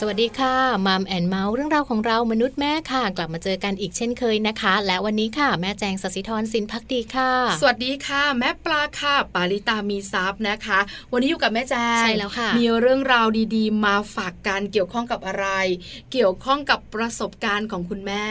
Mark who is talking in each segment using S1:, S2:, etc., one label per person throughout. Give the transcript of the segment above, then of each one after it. S1: สวัสดีค่ะมัมแอนเมาส์เรื่องราวของเรามนุษย์แม่ค่ะ กลับมาเจอกันอีกเช่นเคยนะคะ และวันนี้ค่ะ แม่แจงสศิธรสินพักดีค่ะ
S2: สวัสดีค่ะ แม่ปลาค่ะ ปาริตามีซับนะคะ วันนี้อยู่กับแม่แจง
S1: ใช่แล้วค่ะ
S2: มีเรื่องราวดีๆ มาฝากกันเกี่ยวข้องกับอะไร เกี่ยวข้องกับประสบการณ์ของคุณแม่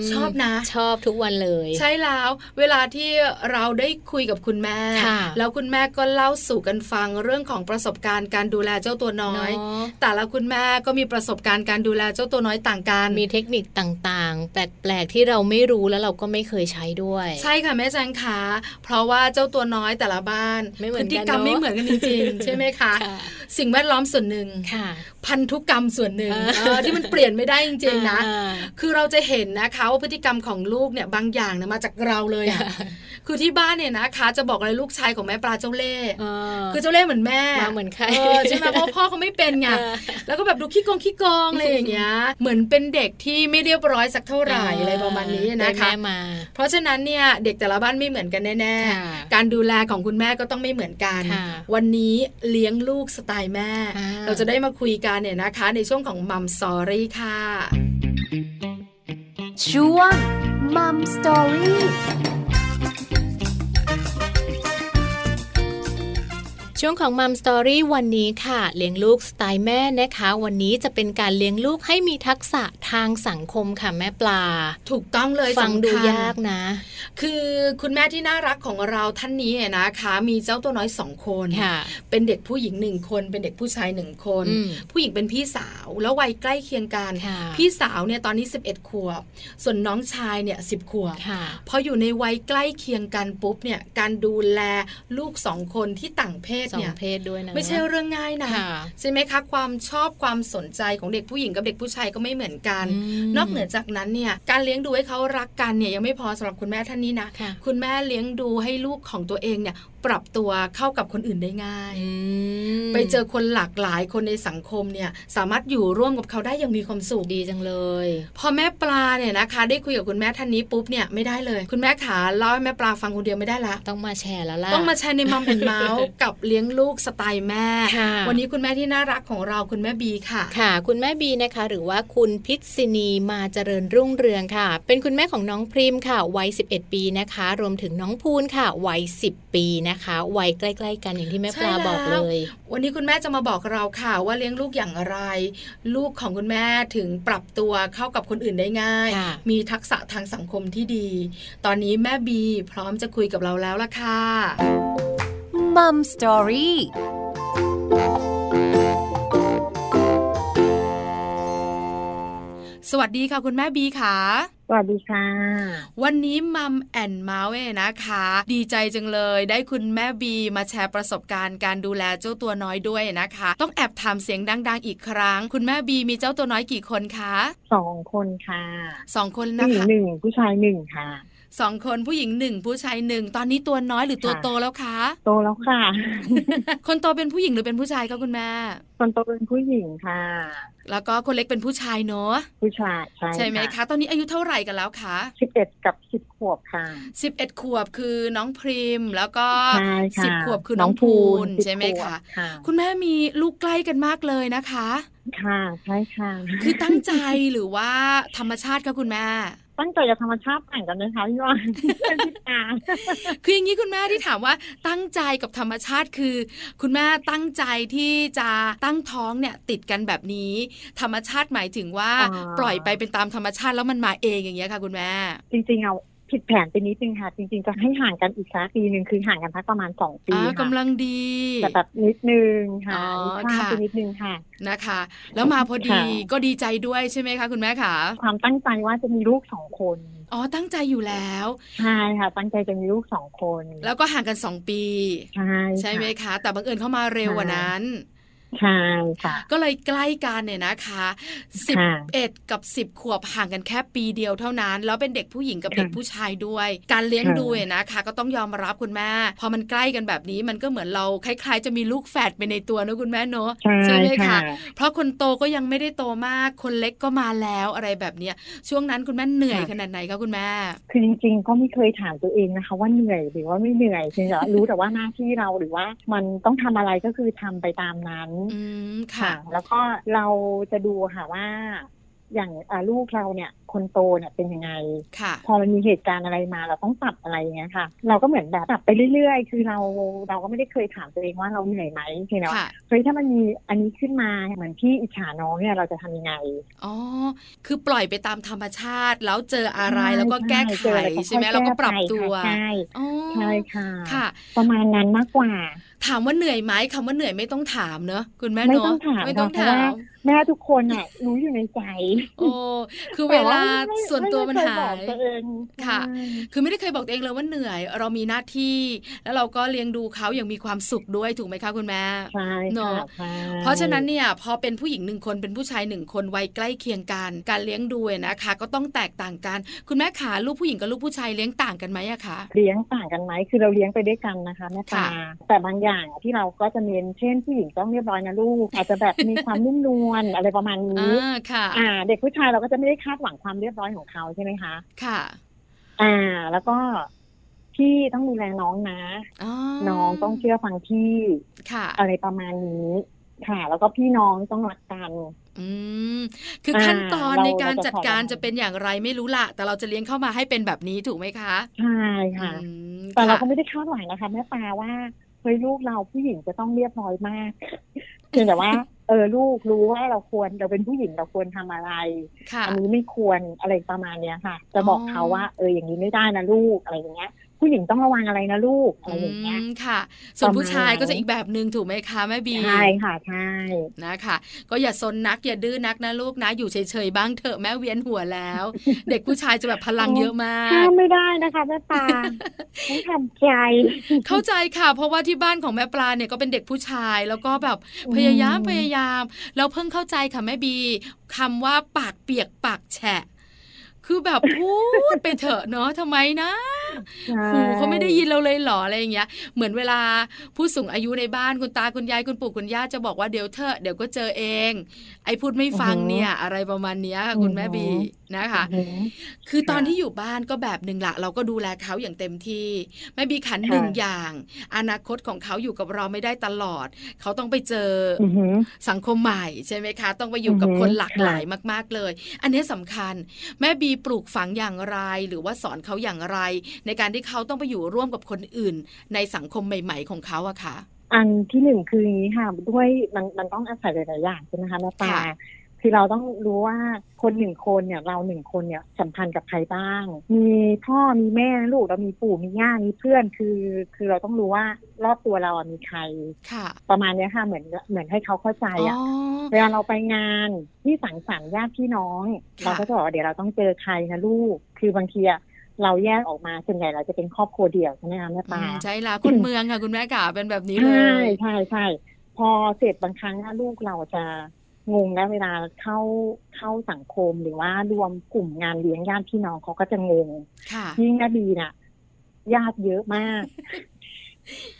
S1: ม
S2: ชอบนะ
S1: ชอบทุกวันเลย
S2: ใช่แล้วเวลาที่เราได้คุยกับคุณแม่
S1: ค่ะ
S2: แล้วคุณแม่ก็เล่าสู่กันฟังเรื่องของประสบการณ์การดูแลเจ้าตัวน้อย
S1: เนาะ
S2: แต่ละคุณแม่ก็มีประสบการณ์การดูแลเจ้าตัวน้อยต่างกัน
S1: มีเทคนิคต่างๆ แปลกๆ ที่เราไม่รู้แล้วเราก็ไม่เคยใช้ด้วย
S2: ใช่ค่ะแม่แจงคะเพราะว่าเจ้าตัวน้อยแต่ละบ้าน
S1: ไม่เหมื
S2: พ
S1: อนกัน
S2: ฤติกรรม
S1: เนอะ
S2: ไม่เหมือนกันจริงๆใช่ไหมคะ
S1: ค่ะ
S2: สิ่งแวดล้อมส่วนหนึ่ง
S1: ค่ะ
S2: พันธุกรรมส่วนหนึ่ง
S1: อ่า
S2: เออที่มันเปลี่ยนไม่ได้จริงๆนะ
S1: อ่า
S2: คือเราจะเห็นนะคะว่าพฤติกรรมของลูกเนี่ยบางอย่างเนี่ยมาจากเราเลยอะคือที่บ้านเนี่ยนะคะ จะบอกเลยลูกชายของแม่ปลาเจ้าเล่ห์
S1: เออ
S2: คือเจ้าเล่ห์เหมือนแม่
S1: มาเหมือนใคร
S2: เออใช่ไหมเพราะพ่อเขาไม่เป็นไง
S1: เออ
S2: แล้วก็แบบดูขี้กงขี้กองอะไรอย่างเงี้ยเหมือนเป็นเด็กที่ไม่เรียบร้อยสักเท่าไหร่อะไรประมาณนี้นะคะ
S1: ได้แม่มา
S2: เพราะฉะนั้นเนี่ยเด็กแต่ละบ้านไม่เหมือนกันแน่
S1: ค่ะ
S2: ๆ การดูแลของคุณแม่ก็ต้องไม่เหมือนกัน
S1: ค่ะ
S2: วันนี้เลี้ยงลูกสไตล์แม่
S1: อ่า
S2: เราจะได้มาคุยกันเนี่ยนะคะ ในช่วงของมัม s อรี่ค่ะ
S3: ช่วงมัมสตอรี่
S1: ช่วงของมัมสตอรี่วันนี้ค่ะ เลี้ยงลูกสไตล์แม่นะคะ วันนี้จะเป็นการเลี้ยงลูกให้มีทักษะทางสังคมค่ะแม่ปลา
S2: ถูกต้องเลย
S1: ฟัง
S2: สำคัญ
S1: ดูยากนะ
S2: คือคุณแม่ที่น่ารักของเราท่านนี้เนี่ยนะคะ มีเจ้าตัวน้อยสองคน
S1: ค่ะ
S2: เป็นเด็กผู้หญิงหนึ่งคน เป็นเด็กผู้ชายหนึ่งคน
S1: อืม
S2: ผู้หญิงเป็นพี่สาวแล้ววัยใกล้เคียงกัน
S1: ค่ะ
S2: พี่สาวเนี่ยตอนนี้ 11 ขวบ ส่วนน้องชายเนี่ยสิบขวบ
S1: ค่ะ
S2: พออยู่ในวัยใกล้เคียงกันปุ๊บเนี่ยการดูแลลูกสองคนที่ต่างเพศ
S1: สอง
S2: เนี่ย
S1: เพศด้วยนะ
S2: ไม่ใช่เรื่องง่ายนะ
S1: ค่ะ
S2: ใช่ไหมคะความชอบความสนใจของเด็กผู้หญิงกับเด็กผู้ชายก็ไม่เหมือนกัน
S1: ม
S2: นอกเหนือจากนั้นเนี่ยการเลี้ยงดูให้เขารักกันเนี่ยยังไม่พอสำหรับคุณแม่ท่านนี้นะ
S1: ค่ะ
S2: ณแม่เลี้ยงดูให้ลูกของตัวเองเนี่ยปรับตัวเข้ากับคนอื่นได้ง่าย
S1: อืม
S2: ไปเจอคนหลากหลายคนในสังคมเนี่ยสามารถอยู่ร่วมกับเขาได้อย่างมีความสุข
S1: ดีจังเลย
S2: พอแม่ปลาเนี่ยนะคะ ได้คุยกับคุณแม่ท่านนี้ปุ๊บเนี่ยไม่ได้เลย คุณแม่ขาเล่าให้แม่ปลาฟังคนเดียวไม่ได้ละ
S1: ต้องมาแชร์แล้วล่ะ
S2: ต้องมาแชร์ในมัมแอนเมาส์ กับเลี้ยงลูกสไตล์แม่
S1: ค่ะ
S2: วันนี้คุณแม่ที่น่ารักของเราคุณแม่บีค่ะ
S1: ค่ะ คุณแม่บีนะคะ หรือว่าคุณพิษณีมาเจริญรุ่งเรืองค่ะ เป็นคุณแม่ของน้องพริมค่ะวัย 11 ปีนะคะ รวมถึงน้องพูนค่ะวัย 10 ปีนะคะวัยใกล้ ๆ กันอย่างที่แม่ปลา
S2: ใช่แล้ว
S1: บอกเลย
S2: วันนี้คุณแม่จะมาบอกเราค่ะ ว่าเลี้ยงลูกอย่างไร ลูกของคุณแม่ถึงปรับตัวเข้ากับคนอื่นได้ง่าย
S1: ค่ะ
S2: มีทักษะทางสังคมที่ดี ตอนนี้แม่บีพร้อมจะคุยกับเราแล้วล่ะค่ะ
S3: มัมสตอรี่
S2: สวัสดีค่ะคุณแม่บีค่ะ
S4: สวัสดีค่ะ
S2: วันนี้มัมแอนเมาส์เนี่ยนะคะ ดีใจจังเลยได้คุณแม่บีมาแชร์ประสบการณ์การดูแลเจ้าตัวน้อยด้วยนะคะ ต้องแอบถามเสียงดัง ๆ อีกครั้ง คุณแม่บีมีเจ้าตัวน้อยกี่คนคะ
S4: สองคนค่ะ
S2: สองคน
S4: ผู้
S2: นะ
S4: หญิง
S2: คะ
S4: หนึ่งผู้ชายหนึ่งค่ะ
S2: สองคนผู้หญิงหนึ่งผู้ชายหนึ่งตอนนี้ตัวน้อยหรือตัว
S4: ค่ะ
S2: โตแล้วคะ
S4: โตแล้วค่ะ
S2: คนโตเป็นผู้หญิงหรือเป็นผู้ชายคะคุณแม่
S4: คนโตเป็นผู้หญิงค่ะ
S2: แล้วก็คนเล็กเป็นผู้ชายเนอะ
S4: ผู้ชายใช่
S2: ใช่ไหมคะ ตอนนี้อายุเท่าไหร่กันแล้วคะ
S4: สิบเอ็ดกับสิบขวบค่ะ
S2: 11 ขวบคือน้องพริมแล้วก็
S4: ใช่ค่ะ
S2: 10 ขวบคือน้องภูน
S4: สิบ
S2: ใช่ไหม
S4: ขว
S2: คะ
S4: บค่ะ
S2: คุณแม่มีลูกใกล้กันมากเลยนะคะ
S4: ค่ะใช่ค่ะ
S2: คือตั้งใจ หรือว่าธรรมชาติคะคุณแม่
S4: ตั้งใจจะธรรมชาติแต่งกันนะคะพี่ว่า เป็นพิตา
S2: คืออย่างนี้คุณแม่ที่ถามว่าตั้งใจกับธรรมชาติคือ คุณแม่ตั้งใจที่จะตั้งท้องเนี่ยติดกันแบบนี้ ธรรมชาติหมายถึงว่า ปล่อยไปเป็นตามธรรมชาติแล้วมันมาเองอย่างเงี้ยค่ะคุณแม่
S4: จริงๆเอาผิดแผนไปนิดนึงค่ะ จริงๆจะให้ห่างกันอีกสักปีหนึ่งคือห่างกันสักประมาณสองปี
S2: อ่า
S4: ค่ะ
S2: กำลังดี
S4: แต่แบบนิดนึงค่ะ
S2: อ๋อ
S4: พลาด
S2: ค่ะ
S4: ไปนิดนึงค่ะ
S2: นะคะ แล้วมาพอดี
S4: ค่ะ
S2: ก็ดีใจด้วยใช่ไหมคะคุณแม่คะ
S4: ความตั้งใจว่าจะมีลูกสองคน
S2: อ๋อตั้งใจอยู่แล้ว
S4: ใช่ค่ะ ตั้งใจจะมีลูกสองคน
S2: แล้วก็ห่างกันสองปี
S4: ใช่
S2: ใช่ไหม
S4: ค่ะ
S2: คะ แต่บังเอิญเข้ามาเร็วกว่านั้น
S4: ใช่ค่ะ
S2: ก็เลยใกล้กันเนี่ยนะคะสิบ
S4: ค่ะ
S2: เอ็ดกับสิบขวบห่างกันแค่ปีเดียวเท่านั้น แล้วเป็นเด็กผู้หญิงกับ
S4: ค่ะ
S2: เด็กผู้ชายด้วย การเลี้ยง
S4: ค่ะ
S2: ดูเนี่ยนะคะ ก็ต้องยอมรับคุณแม่ พอมันใกล้กันแบบนี้มันก็เหมือนเราคล้าย ๆ จะมีลูกแฝดไปในตัวนะคุณแม่เนอะ
S4: ใช่
S2: ไหม
S4: ค่ะ
S2: คะ เพราะคนโตก็ยังไม่ได้โตมาก คนเล็กก็มาแล้วอะไรแบบเนี้ยช่วงนั้นคุณแม่เหนื่อย
S4: ค่ะ
S2: ขนาดไหนคะคุณแม่
S4: คือจริงๆ ก็ไม่เคยถามตัวเองนะคะ ว่าเหนื่อยหรือว่าไม่เหนื่อยเพี ยงแต่ว่า รู้แต่ว่าหน้าที่เราหรือว่ามันต้องทำอะไรก็คือทำไปตามนั้น
S2: อืมค่ะ
S4: แล้วก็เราจะดูค่ะว่า อย่างอ่าลูกเราเนี่ย คนโตเนี่ยเป็นยังไง
S2: ค่ะ
S4: พอมันมีเหตุการณ์อะไรมาเราต้องปรับอะไรอย่างเงี้ยค่ะ เราก็เหมือนแบบปรับไปเรื่อยๆ คือเราเราก็ไม่ได้เคยถามตัวเองว่าเราเหนื่อยไหมเพียงแต่ว่า
S2: ค่ะ
S4: เฮ้ยถ้ามันมีอันนี้ขึ้นมาเหมือนพี่อิจฉาน้องเนี่ยเราจะทำยังไง
S2: อ๋อ คือปล่อยไปตามธรรมชาติ แล้วเจออะไร
S4: ใช่
S2: แล้วก็แก้ไข
S4: เจออะร
S2: ใช่ไหม
S4: ค่อย
S2: เราก็ปรับ
S4: แไข
S2: ตัว
S4: ค่ะใช่
S2: อ๋อ
S4: ใช่ค่ะ
S2: ค่ะ
S4: ประมาณนั้นมากกว่า
S2: ถามว่าเหนื่อยไหมคำว่าเหนื่อยไม่ต้องถามเนอะคุณแม่
S4: ไม่
S2: เนอะ
S4: ต้องถาม
S2: ไม่ต้อง
S4: ค่ะเพราะ
S2: ถา
S4: ว่า
S2: ม
S4: แม่ทุกคนอ่ะ รู้อยู่ในใจ
S2: โอ้คือเว
S4: แต่
S2: ลา
S4: ไม่
S2: ส่วนตัวมัน
S4: ไเค
S2: หาย
S4: บอก
S2: ย
S4: ตัวเอง
S2: ค่ะ
S4: ใช่
S2: คือไม่ได้เคยบอกตัวเองเลยว่าเหนื่อย เรามีหน้าที่ แล้วเราก็เลี้ยงดูเขาอย่างมีความสุขด้วยถูกไหมคะคุณแม่
S4: ใช่
S2: เน
S4: ค่ะ
S2: อะ
S4: ใช่
S2: เพราะฉะนั้นเนี่ยพอเป็นผู้หญิงหนึ่งคนเป็นผู้ชายหนึ่งคนวัยใกล้เคียงกัน การเลี้ยงดูเนี่ยนะคะ ก็ต้องแตกต่างกัน คุณแม่ขาลูกผู้หญิงกับลูกผู้ชายเลี้ยงต่างกันไหมอะคะ
S4: เลี้ยงต่างกันไหมคือเราเลี้ยงไปด้วยกันนะคะแม่ปลา
S2: ค่ะ
S4: แต่บางอย่างที่เราก็จะเน้นเช่นผู้หญิงต้องเรียบร้อยนะลู ก อาจจะแบบมีความนุ่มนวลอะไรประมาณนี้
S2: อ่าค่ะ
S4: อ่า เด็กผู้ชายเราก็จะไม่ได้คาดหวังความเรียบร้อยของเขาใช่ไหมคะ
S2: ค่ะ
S4: อ่า แล้วก็พี่ต้องดูแลน้องนะ
S2: อ๋อ
S4: น้องต้องเชื่อฟังพี่
S2: ค่ะ
S4: อะไรประมาณนี้ค่ะ แล้วก็พี่น้องต้องรักกัน
S2: อืมคืออา ขั้นตอน
S4: เรา
S2: ในการ
S4: เราจะ
S2: จัดการ
S4: ขอ
S2: จะเป็นอย่างไรไม่รู้ละแต่เราจะเลี้ยงเข้ามาให้เป็นแบบนี้ถูกไหมคะ
S4: ใช่ค่ะ
S2: อืม
S4: แต่เราก็
S2: ค่ะ
S4: ไม่ได้คาดหวังนะคะแม่ปลาว่าเฮ้ยลูกเราผู้หญิงจะต้องเรียบร้อยมาก เพียงแต่ว่า เออลูกรู้ว่าเราควรเราเป็นผู้หญิงเราควรทำอะไร
S2: ค่ะ
S4: อันนี้ไม่ควรอะไรประมาณเนี้ยค่ะ จะบอกเขาว่า เอออย่างนี้ไม่ได้นะลูกอะไรอย่างเงี้ย ผู้หญิงต้องระวังอะไรนะลูกอะไรอย่างเงี้ย
S2: มค่ะ ส่วนผู้ชาย
S4: ประมาณ
S2: ก็จะอีกแบบหนึ่งถูกไหมคะแม่บี
S4: ใช่ค่ะใช่
S2: นะคะ ก็อย่าซนนักอย่าดื้อนักนะลูกนะ อยู่เฉยๆบ้างเถอะแม่เวียนหัวแล้ว เด็กผู้ชายจะแบบพลังเยอะมา
S4: ห้าก มไม่ได้นะคะแม่ป ลาต้องทำใจ
S2: เข้าใจค่ะ เพราะว่าที่บ้านของแม่ปลาเนี่ยก็เป็นเด็กผู้ชาย แล้วก็แบบ
S4: อืม
S2: พยายามพยายามแล้วเพิ่งเข้าใจค่ะแม่บีคำว่าปากเปียกปากแฉะ คือแบบพูดไปเถอะเนาะทำไมนะ
S4: ใช่
S2: หูเขาไม่ได้ยินเราเลยเหรออะไรอย่างเงี้ย เหมือนเวลาผู้สูงอายุในบ้านคุณตาคุณยายคุณปู่คุณย่าจะบอกว่าเดี๋ยวเถอะเดี๋ยวก็เจอเอง ไอ้พูดไม่ฟังเนี่ย อะไรประมาณเนี้ยค่ะคุณแม่บี
S4: อือฮึ
S2: นะคะ
S4: อืม
S2: คือตอน
S4: ค่ะ
S2: ที่อยู่บ้านก็แบบหนึ่งละเราก็ดูแลเขาอย่างเต็มที่ไม่มีขัน
S4: ค่ะ
S2: หนึ่งอย่าง อนาคตของเขาอยู่กับเราไม่ได้ตลอด เขาต้องไปเจออ
S4: อือหือ
S2: สังคมใหม่ใช่ไหมคะ ต้องไปอยู่กับ
S4: อือหือ
S2: คนหลาก
S4: ค่ะ
S2: หลายมาก ๆเลย อันนี้สำคัญ แม่บีปลูกฝังอย่างไร หรือว่าสอนเขาอย่างไร ในการที่เขาต้องไปอยู่ร่วมกับคนอื่น ในสังคมใหม่ ๆ ของเขาอะค่ะ
S4: อันที่หนึ่งคืออย่างนี้ค่ะด้วยมันมันต้องอาศัยหลายๆอย่างใช่ไหมคะแม่ปลา
S2: ค่ะ
S4: คือเราต้องรู้ว่าคนหนึ่งคนเนี่ย เราหนึ่งคนเนี่ยสัมพันธ์กับใครบ้าง มีพ่อมีแม่ลูกเรามีปู่มีย่ามีเพื่อนคือ คือเราต้องรู้ว่ารอบตัวเราอะมีใคร
S2: ค่ะ
S4: ประมาณเนี้ยค่ะเหมือนเหมือนให้เขาเข้าใจ
S2: อ๋
S4: อะ
S2: อ
S4: เวลาเราไปงานที่สังสรรค์ญาติพี่น้อง
S2: ค่ะ
S4: เราก็จะบอกว่าเดี๋ยวเราต้องเจอใครนะลูก คือบางทีอะเราแยกออกมาส่วนใหญ่เราจะเป็นครอบครัวเดี่ยวใช่ไหมคะแม่
S2: อื
S4: ปลา
S2: มใช่ละคนเมืองค่ะ คุณแม่กาเป็นแบบนี้เล
S4: ใช่
S2: ย
S4: ใช่ใช่พอเสร็จบางครั้งอะลูกเราจะงงนะเวลาเข้าเข้าสังคมหรือว่ารวมกลุ่มงานเลี้ยงญาติพี่น้องเขาก็จะงง
S2: ค่ะ
S4: ยิ่งแม่บีน่ะญาติเยอะมาก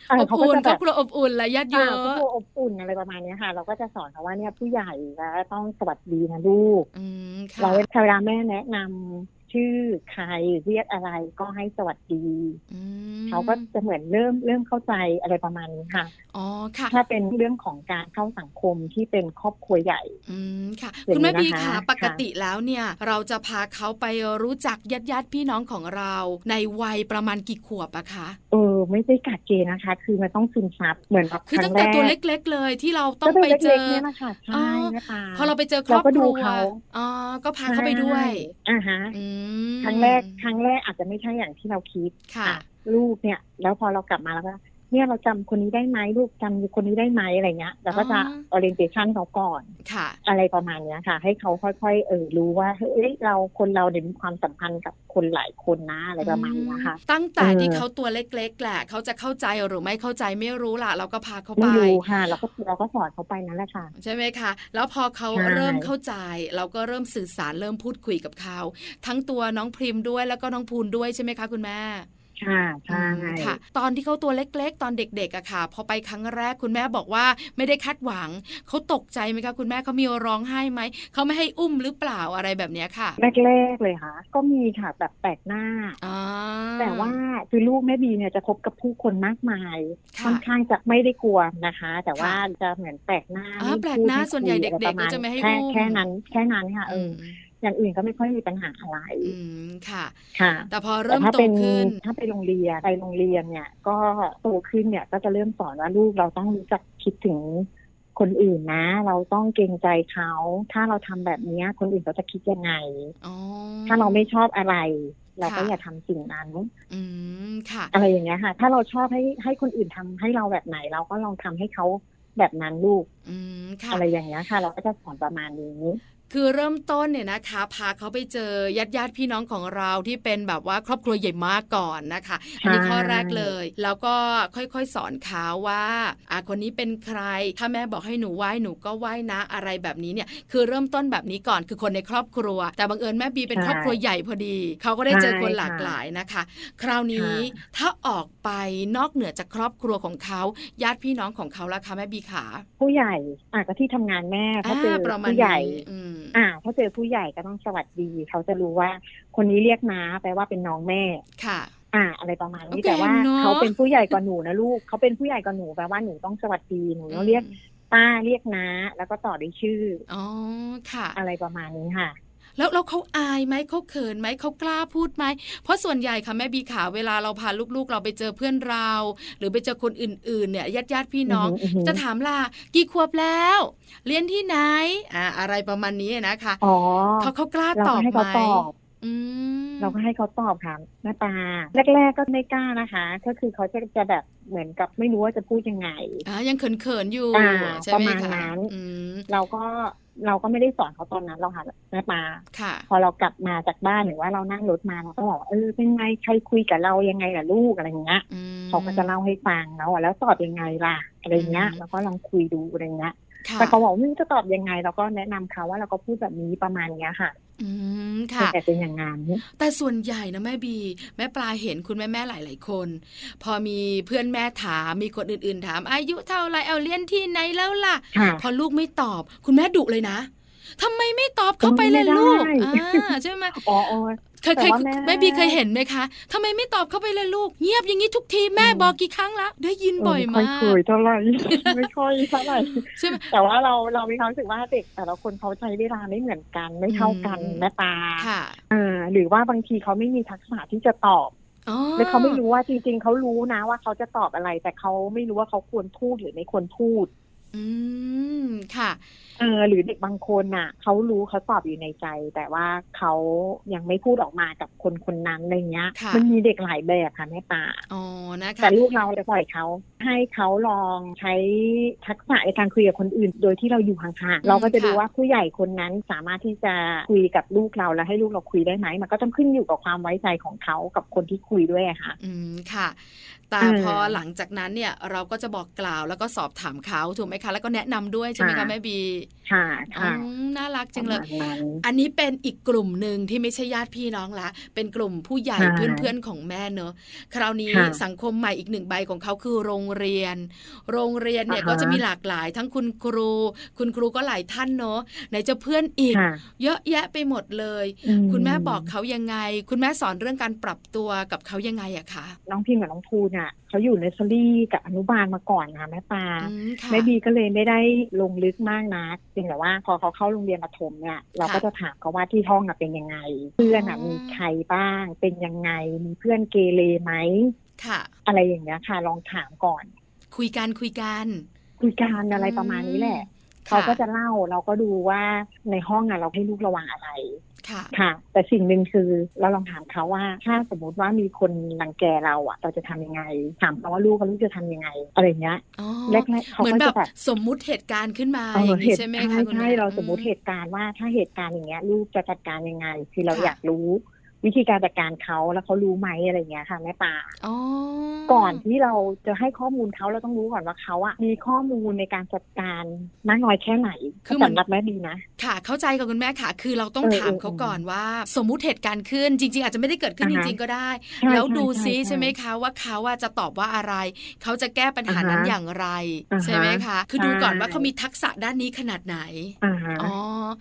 S4: เอ
S2: อ
S4: อบ เขาก็
S2: อุ่น
S4: จะ
S2: ค
S4: แบ
S2: รอบบ ครัวอบอุ่นและญาติเย
S4: อ่า
S2: อะ
S4: ครอบครัวอบอุ่นอะไรประมาณเนี้ยค่ะ เราก็จะสอนเขาว่าเนี่ยผู้ใหญ่แล้วต้องสวัสดีนะลูก
S2: อืมค่ะ
S4: เราเวลาแม่แนะนำชื่อใครเรียกอะไรก็ให้สวัสดี
S2: อืม
S4: เขาก็จะเหมือนเริ่มเริ่มเข้าใจอะไรประมาณนี้ค่ะ
S2: อ๋อค่ะ
S4: ถ้าเป็นเรื่องของการเข้าสังคมที่เป็นครอบครัวใหญ่
S2: อืมค่ะ
S4: อย่างนี้
S2: คุณแม่บี
S4: นะคะ
S2: ค่ะ
S4: ค่ะ
S2: ปกติแล้วเนี่ย เราจะพาเขาไปรู้จักญาติญาติๆพี่น้องของเรา ในวัยประมาณกี่ขวบอะคะ
S4: เออ ไม่ได้กัดเกณฑ์นะคะ คือมันต้องซึมซับเหมือนแบบ
S2: คือ
S4: ครั้
S2: ตั้ง
S4: งแร
S2: แต่
S4: ก
S2: ตัวเล็กๆเลยที่เราต้อ
S4: ก็
S2: ง
S4: ตั้
S2: ไป
S4: แต่
S2: เจ
S4: ล็ก
S2: อ
S4: ๆเนี่ยนะคะ
S2: อ๋อ
S4: ใช่นะคะ
S2: พอเราไปเจอครอ
S4: เรา
S2: บ
S4: ก็
S2: ค
S4: ดู
S2: รัว
S4: เขา
S2: อ๋อก็พาเขาไปด้วย
S4: ใช่อ่าฮะ
S2: อืม
S4: ครั้งแรกครั้งแรกอาจจะไม่ใช่อย่างที่เราคิด
S2: ค่ะ
S4: อ่ะลูกเนี่ย แล้วพอเรากลับมาแล้วก็ เนี่ยเราจำคนนี้ได้ไหมลูกจำคนนี้ได้ไหมอะไรเงี้ยเราก็จะ
S2: อ๋อ
S4: orientation เขาก่อน
S2: ค่ะ
S4: อะไรประมาณเนี้ยค่ะ ให้เขาค่อยๆ เออรู้ว่าเฮ้ยเราคนเราเนี่ยมีความสัมพันธ์กับคนหลายคนนะอะไรประมาณเนี้ยค่ะ
S2: ตั้งแต่
S4: เออ
S2: ที่เขาตัวเล็กๆแหละเขาจะเข้าใจหรือไม่เข้าใจไม่รู้ล่ะ เราก็พาเขาไป
S4: ไม่รู้ค่ะเราก็เราก็สอนเขาไปนั่นแหละค่ะ
S2: ใช่ไหมคะ แล้วพอเขา
S4: ใช่
S2: เริ่มเข้าใจ เราก็เริ่มสื่อสารเริ่มพูดคุยกับเขา ทั้งตัวน้องพริมด้วยแล้วก็น้องพูนด้วยใช่ไหมคะคุณแม่
S4: ค่ะใช่
S2: ค่ะ ตอนที่เขาตัวเล็กๆ ตอนเด็กๆอะค่ะ พอไปครั้งแรกคุณแม่บอกว่าไม่ได้คาดหวัง เขาตกใจไหมคะคุณแม่เขามีร้องไห้ไหม เขาไม่ให้อุ้มหรือเปล่าอะไรแบบเนี้ยค่ะ
S4: แรกๆเลยค่ะ ก็มีค่ะแบบแปลกหน้า
S2: อ่า
S4: แต่ว่าคือลูกแม่บีเนี่ยจะคบกับผู้คนมากมาย
S2: ค่ะ
S4: ค่อนข้างจะไม่ได้กลัวนะคะ แต่
S2: ค่ะ
S4: ว่าจะเหมือนแปลกหน้า
S2: อ๋อ
S4: ไม่พูด
S2: แปลกหน้า
S4: ไม่คุย
S2: ส่วนใหญ่เด็กๆ
S4: อรประาณ
S2: ก็จะไม่ให้
S4: แค่
S2: อุ้ม
S4: แค่นั้นแค่นั้นค่ะเออออย่างอื่นก็ไม่ค่อยมีปัญหาอะไร
S2: อืมค่ะ
S4: ค่ะ
S2: แต่พอ
S4: แต่
S2: เริ่ม
S4: ถ้า
S2: โต
S4: เป็น
S2: ขึ้น
S4: ถ้าไปโรงเรียนไปโรงเรียนเนี่ยก็โตขึ้นเนี่ยก็จะเริ่มสอนว่าลูกเราต้องรู้จักคิดถึงคนอื่นนะ เราต้องเกรงใจเขา ถ้าเราทำแบบเนี้ยคนอื่นเขาจะคิดยังไง
S2: อ๋อ
S4: ถ้าเราไม่ชอบอะไร เราก็
S2: ค่ะ
S4: อย่าทำสิ่งนั้น
S2: อืมค่ะ
S4: อะไรอย่างเงี้ยค่ะ ถ้าเราชอบให้ให้คนอื่นทำให้เราแบบไหน เราก็ลองทำให้เขาแบบนั้นลูก
S2: อืมค่ะ
S4: อะไรอย่างเงี้ยค่ะ เราก็จะสอนประมาณนี้
S2: คือเริ่มต้นเนี่ยนะคะพาเขาไปเจอญาติญาติๆพี่น้องของเราที่เป็นแบบว่าครอบครัวใหญ่มากก่อนนะคะ อันนี้ข้อแรกเลย แล้วก็ค่อยๆสอนเขาว่าอ่าคนนี้เป็นใคร ถ้าแม่บอกให้หนูไหว้หนูก็ไหว้นะอะไรแบบนี้เนี่ย คือเริ่มต้นแบบนี้ก่อนคือคนในครอบครัว แต่บังเอิญแม่บีเป็น
S4: ใช่
S2: ครอบครัวใหญ่พอดีเขาก็ได้เจอคนหลาก
S4: ใช่ค่ะ
S2: หลายนะคะ คราวนี้
S4: ค่ะ
S2: ถ้าออกไปนอกเหนือจากครอบครัวของเขาญาติพี่น้องของเขาละคะแม่บีขา
S4: ผู้ใหญ่อาจจะก็ที่ทำงานแม่ถ้าเจอ
S2: ประมาณ
S4: ผู้ใหญ่
S2: นี้อืม
S4: อ่า ถ้าเจอผู้ใหญ่ก็ต้องสวัสดี เขาจะรู้ว่า คนนี้เรียกน้าแปลว่าเป็นน้องแม่
S2: ค่ะ
S4: อ่า อะไรประมาณ
S2: โอ
S4: นี้
S2: เค
S4: แต่ว่า
S2: เนอะ
S4: เขาเป็นผู้ใหญ่กว่าหนูนะลูกเขาเป็นผู้ใหญ่กว่าหนูแปลว่าหนูต้องสวัสดีหนูต้องเรียกป้าเรียกน้าแล้วก็ต่อด้วยชื่อ
S2: อ๋อค่ะ
S4: อะไรประมาณนี้ค่ะ
S2: แล้วแล้วเขาอายไหมเขาเขินไหมเขากล้าพูดไหม เพราะส่วนใหญ่ค่ะแม่บีขาเวลาเราพาลูกๆ เราไปเจอเพื่อนเรา หรือไปเจอคนอื่นๆเนี่ยญาติญาติๆพี่น้อง
S4: อือหืออือหือ
S2: จะถามล่ะกี่ขวบแล้ว เรียนที่ไหนอ่าอะไรประมาณนี้นะคะ
S4: อ๋อ
S2: เขาเขากล้า
S4: เรา
S2: ตอ
S4: ก็
S2: บ
S4: ให้
S2: ไหม
S4: เขาตอบ
S2: อืม
S4: เราก็ให้เขาตอบค่ะแม่ปลาแรก ๆ ก็ไม่กล้านะคะ ก็คือเขาจะจะแบบเหมือนกับไม่รู้ว่าจะพูดยังไง
S2: อ่ายังเขินๆอยู่
S4: อ่า
S2: ใช่ไหม
S4: ประมาณนั้
S2: คะ
S4: น
S2: อืม
S4: เราก็เราก็ไม่ได้สอนเขาตอนนั้นเราค่ะแม่ปลา
S2: ค่ะ
S4: พอเรากลับมาจากบ้านหรือว่าเรานั่งรถมาเราก็บอกว่าเออเป็นไงใครคุยกับเรายังไงล่ะลูกอะไรอย่างเงี้ย
S2: อืม
S4: เขาก็จะเล่าให้ฟังแล้วอ่ะแล้วตอบยังไงล่ะอะไรเงี้ย
S2: อืม
S4: เราก็ลองคุยดูอะไรเงี้ย
S2: ค่ะ
S4: แต่เขาบอกว่าไม่รู้จะตอบยังไงเราก็แนะนำเขาว่าเราก็พูดแบบนี้ประมาณเนี้ยค่ะ
S2: อืมค่ะ
S4: แต่เป็นอย่างนั้น
S2: แต่ส่วนใหญ่นะแม่บี แม่ปลาเห็นคุณแม่แม่ๆหลาย ๆ คน พอมีเพื่อนแม่ถามมีคนอื่นๆ ถาม อายุเท่าไหรเอาเรียนที่ไหนแล้วล่ะ
S4: ค่ะ
S2: พอลูกไม่ตอบ คุณแม่ดุเลยนะทำไมไม่ตอบเข้าไปเลยลูก
S4: ไม่ได้
S2: อ่าใช่ไหม
S4: อ๋ออ๋อ
S2: เคยเคย
S4: แต่ว่าแม่
S2: แม่บีเคยเห็นไหมคะทำไมไม่ตอบเข้าไปเลยลูก เงียบอย่างนี้ทุกทีแม่
S4: อืม
S2: บอกกี่ครั้งแล้วได้ยินบ่อยมาก
S4: เไค่อยเคยเท่าไหร่ ไม่ค่อยเท่าไหร่
S2: ใช่ไหม
S4: แต่ว่าเราเรามีความรู้สึกว่าเด็ก แต่ละคนเขาใช้เวลาไม่เหมือนกันไม่เท่ากัน
S2: อืม
S4: แม่ตา
S2: ค่ะ
S4: อ่าหรือว่าบางทีเขาไม่มีทักษะที่จะตอบ
S2: อ๋อ
S4: หรือเขาไม่รู้ว่าจริง ๆเขารู้นะว่าเขาจะตอบอะไร แต่เขาไม่รู้ว่าเขาควรพูดหรือไม่ควรพูด
S2: อืมค่ะ
S4: เออหรือเด็กบางคนน่ะเขารู้เขาตอบอยู่ในใจ แต่ว่าเขายังไม่พูดออกมากับคนคนนั้นอะไรเงี้ย
S2: ค่ะ
S4: มันมีเด็กหลายแบบค่ะแม่ตา
S2: อ๋อนะคะ
S4: แต่ลูกเราจะปล่อยเขาให้เขาลองใช้ทักษะในการคุยกับคนอื่น โดยที่เราอยู่ห่าง
S2: อืม
S4: ๆเราก็จะดู
S2: ค่ะ
S4: ว่าผู้ใหญ่คนนั้นสามารถที่จะคุยกับลูกเราและให้ลูกเราคุยได้ไหมมันก็ต้องขึ้นอยู่กับความไว้ใจของเขากับคนที่คุยด้วยอะค่ะ
S2: อืมค่ะ แต่
S4: อืม
S2: พอหลังจากนั้นเนี่ยเราก็จะบอกกล่าวแล้วก็สอบถามเขาถูกไหมคะ แล้วก็แนะนำด้วยใช่ไหมคะ
S4: ค่ะ
S2: แม่บี
S4: ค่ะ
S2: อ๋อ
S4: ค่ะ
S2: น่ารักจังเลย
S4: ประมาณนั้น
S2: อันนี้เป็นอีกกลุ่มหนึ่งที่ไม่ใช่ญาติพี่น้องละ เป็นกลุ่มผู้ใหญ่
S4: ใช่
S2: เพื่อนๆของแม่เนอะ คราวนี้
S4: ค่ะ
S2: สังคมใหม่อีกหนึ่งใบของเขาคือโรงเรียน โรงเรียนเนี่ยก็จะมีหลากหลาย ทั้งคุณครู คุณครูก็หลายท่านเนอะไหนจะเพื่อนอีก
S4: ค่ะ
S2: เยอะแยะไปหมดเลย
S4: อื
S2: คุณแม่บอกเขายังไง คุณแม่สอนเรื่องการปรับตัวกับเขายังไงอะคะ
S4: น้องพิมพ์กับน้องภูน่ะเขาอยู่ในสรี่กับอนุบาลมาก่อนค่ะแม่ปลา
S2: อืมค่ะ
S4: แม่บีก็เลยไม่ได้ลงลึกมากนะเพียงแต่ว่าพอเขาเข้าโรงเรียนประถมเนี่ย เราก็จะถามเขาว่าที่ห้องอะเป็นยังไง เพื่อนอะ
S2: อ๋อ
S4: มีใครบ้าง เป็นยังไง มีเพื่อนเกเรไหม
S2: ค่ะ
S4: อะไรอย่างเงี้ยค่ะ ลองถามก่อน
S2: คุยกันคุยกัน
S4: คุยกันอะไรประมาณนี้แหละ
S2: อืม
S4: เขาก็
S2: ค่
S4: จะเล่าเราก็ดูว่าในห้องอะเราให้ลูกระวังอะไร
S2: ค่ะ
S4: ค่ะ แต่สิ่งหนึ่งคือเราลองถามเขาว่า ถ้าสมมติว่ามีคนรังแกเราอ่ะ เราจะทำยังไง ถามเขาว่าลูกกับลูกจะทำยังไง อะไรเงี้ย
S2: อ๋อ
S4: แรกๆเขา
S2: เหมือนแบ
S4: ก็จะ
S2: บ
S4: แบบ
S2: สมมุติเหตุการณ์ขึ้นมา
S4: เอ
S2: อ
S4: อย่าง เห
S2: นี้
S4: ตุ
S2: ใช่ไหม
S4: ใช่
S2: คะคุณแม่
S4: ใช่เราสมมติ
S2: อื
S4: เหตุการณ์ว่าถ้าเหตุการณ์อย่างเงี้ย ลูกจะจัดการยังไง คือเรา
S2: ค่ะ
S4: อยากรู้ วิธีการจัดการเขาแล้วเขารู้ไหมอะไรเงี้ยค่ะแม่ปา
S2: อ๋อ
S4: ก่อนที่เราจะให้ข้อมูลเขาเราต้องรู้ก่อนว่าเขาอะมีข้อมูลในการจัดการมากน้อยแค่ไหน
S2: คือเหมือน
S4: สำหรับแม่บีนะ
S2: ค่ะ เข้าใจกับคุณแม่ค่ะ คือเราต้อง
S4: เออ
S2: ถาม
S4: เออ
S2: เขาก่อนว่า สมมุติเหตุการณ์ขึ้น จริง ๆ อาจจะไม่ได้เกิดขึ้น
S4: อ่า
S2: จ
S4: ฮะ
S2: ริง ๆ ก็ได้
S4: ใช่
S2: แล้ว
S4: ใช่
S2: ดู
S4: ใช่
S2: ซิ
S4: ใช่
S2: ใช่ไหมคะว่าเขาอะจะตอบว่าอะไร เขาจะแก้ปัญหา
S4: อ่าฮะ
S2: นั้นอย่างไร
S4: อ่าฮะ
S2: ใช่ไหมคะ คือดู
S4: ใช่
S2: ก่อนว่าเขามีทักษะด้านนี้ขนาดไหน
S4: อ่าฮะ
S2: อ๋อ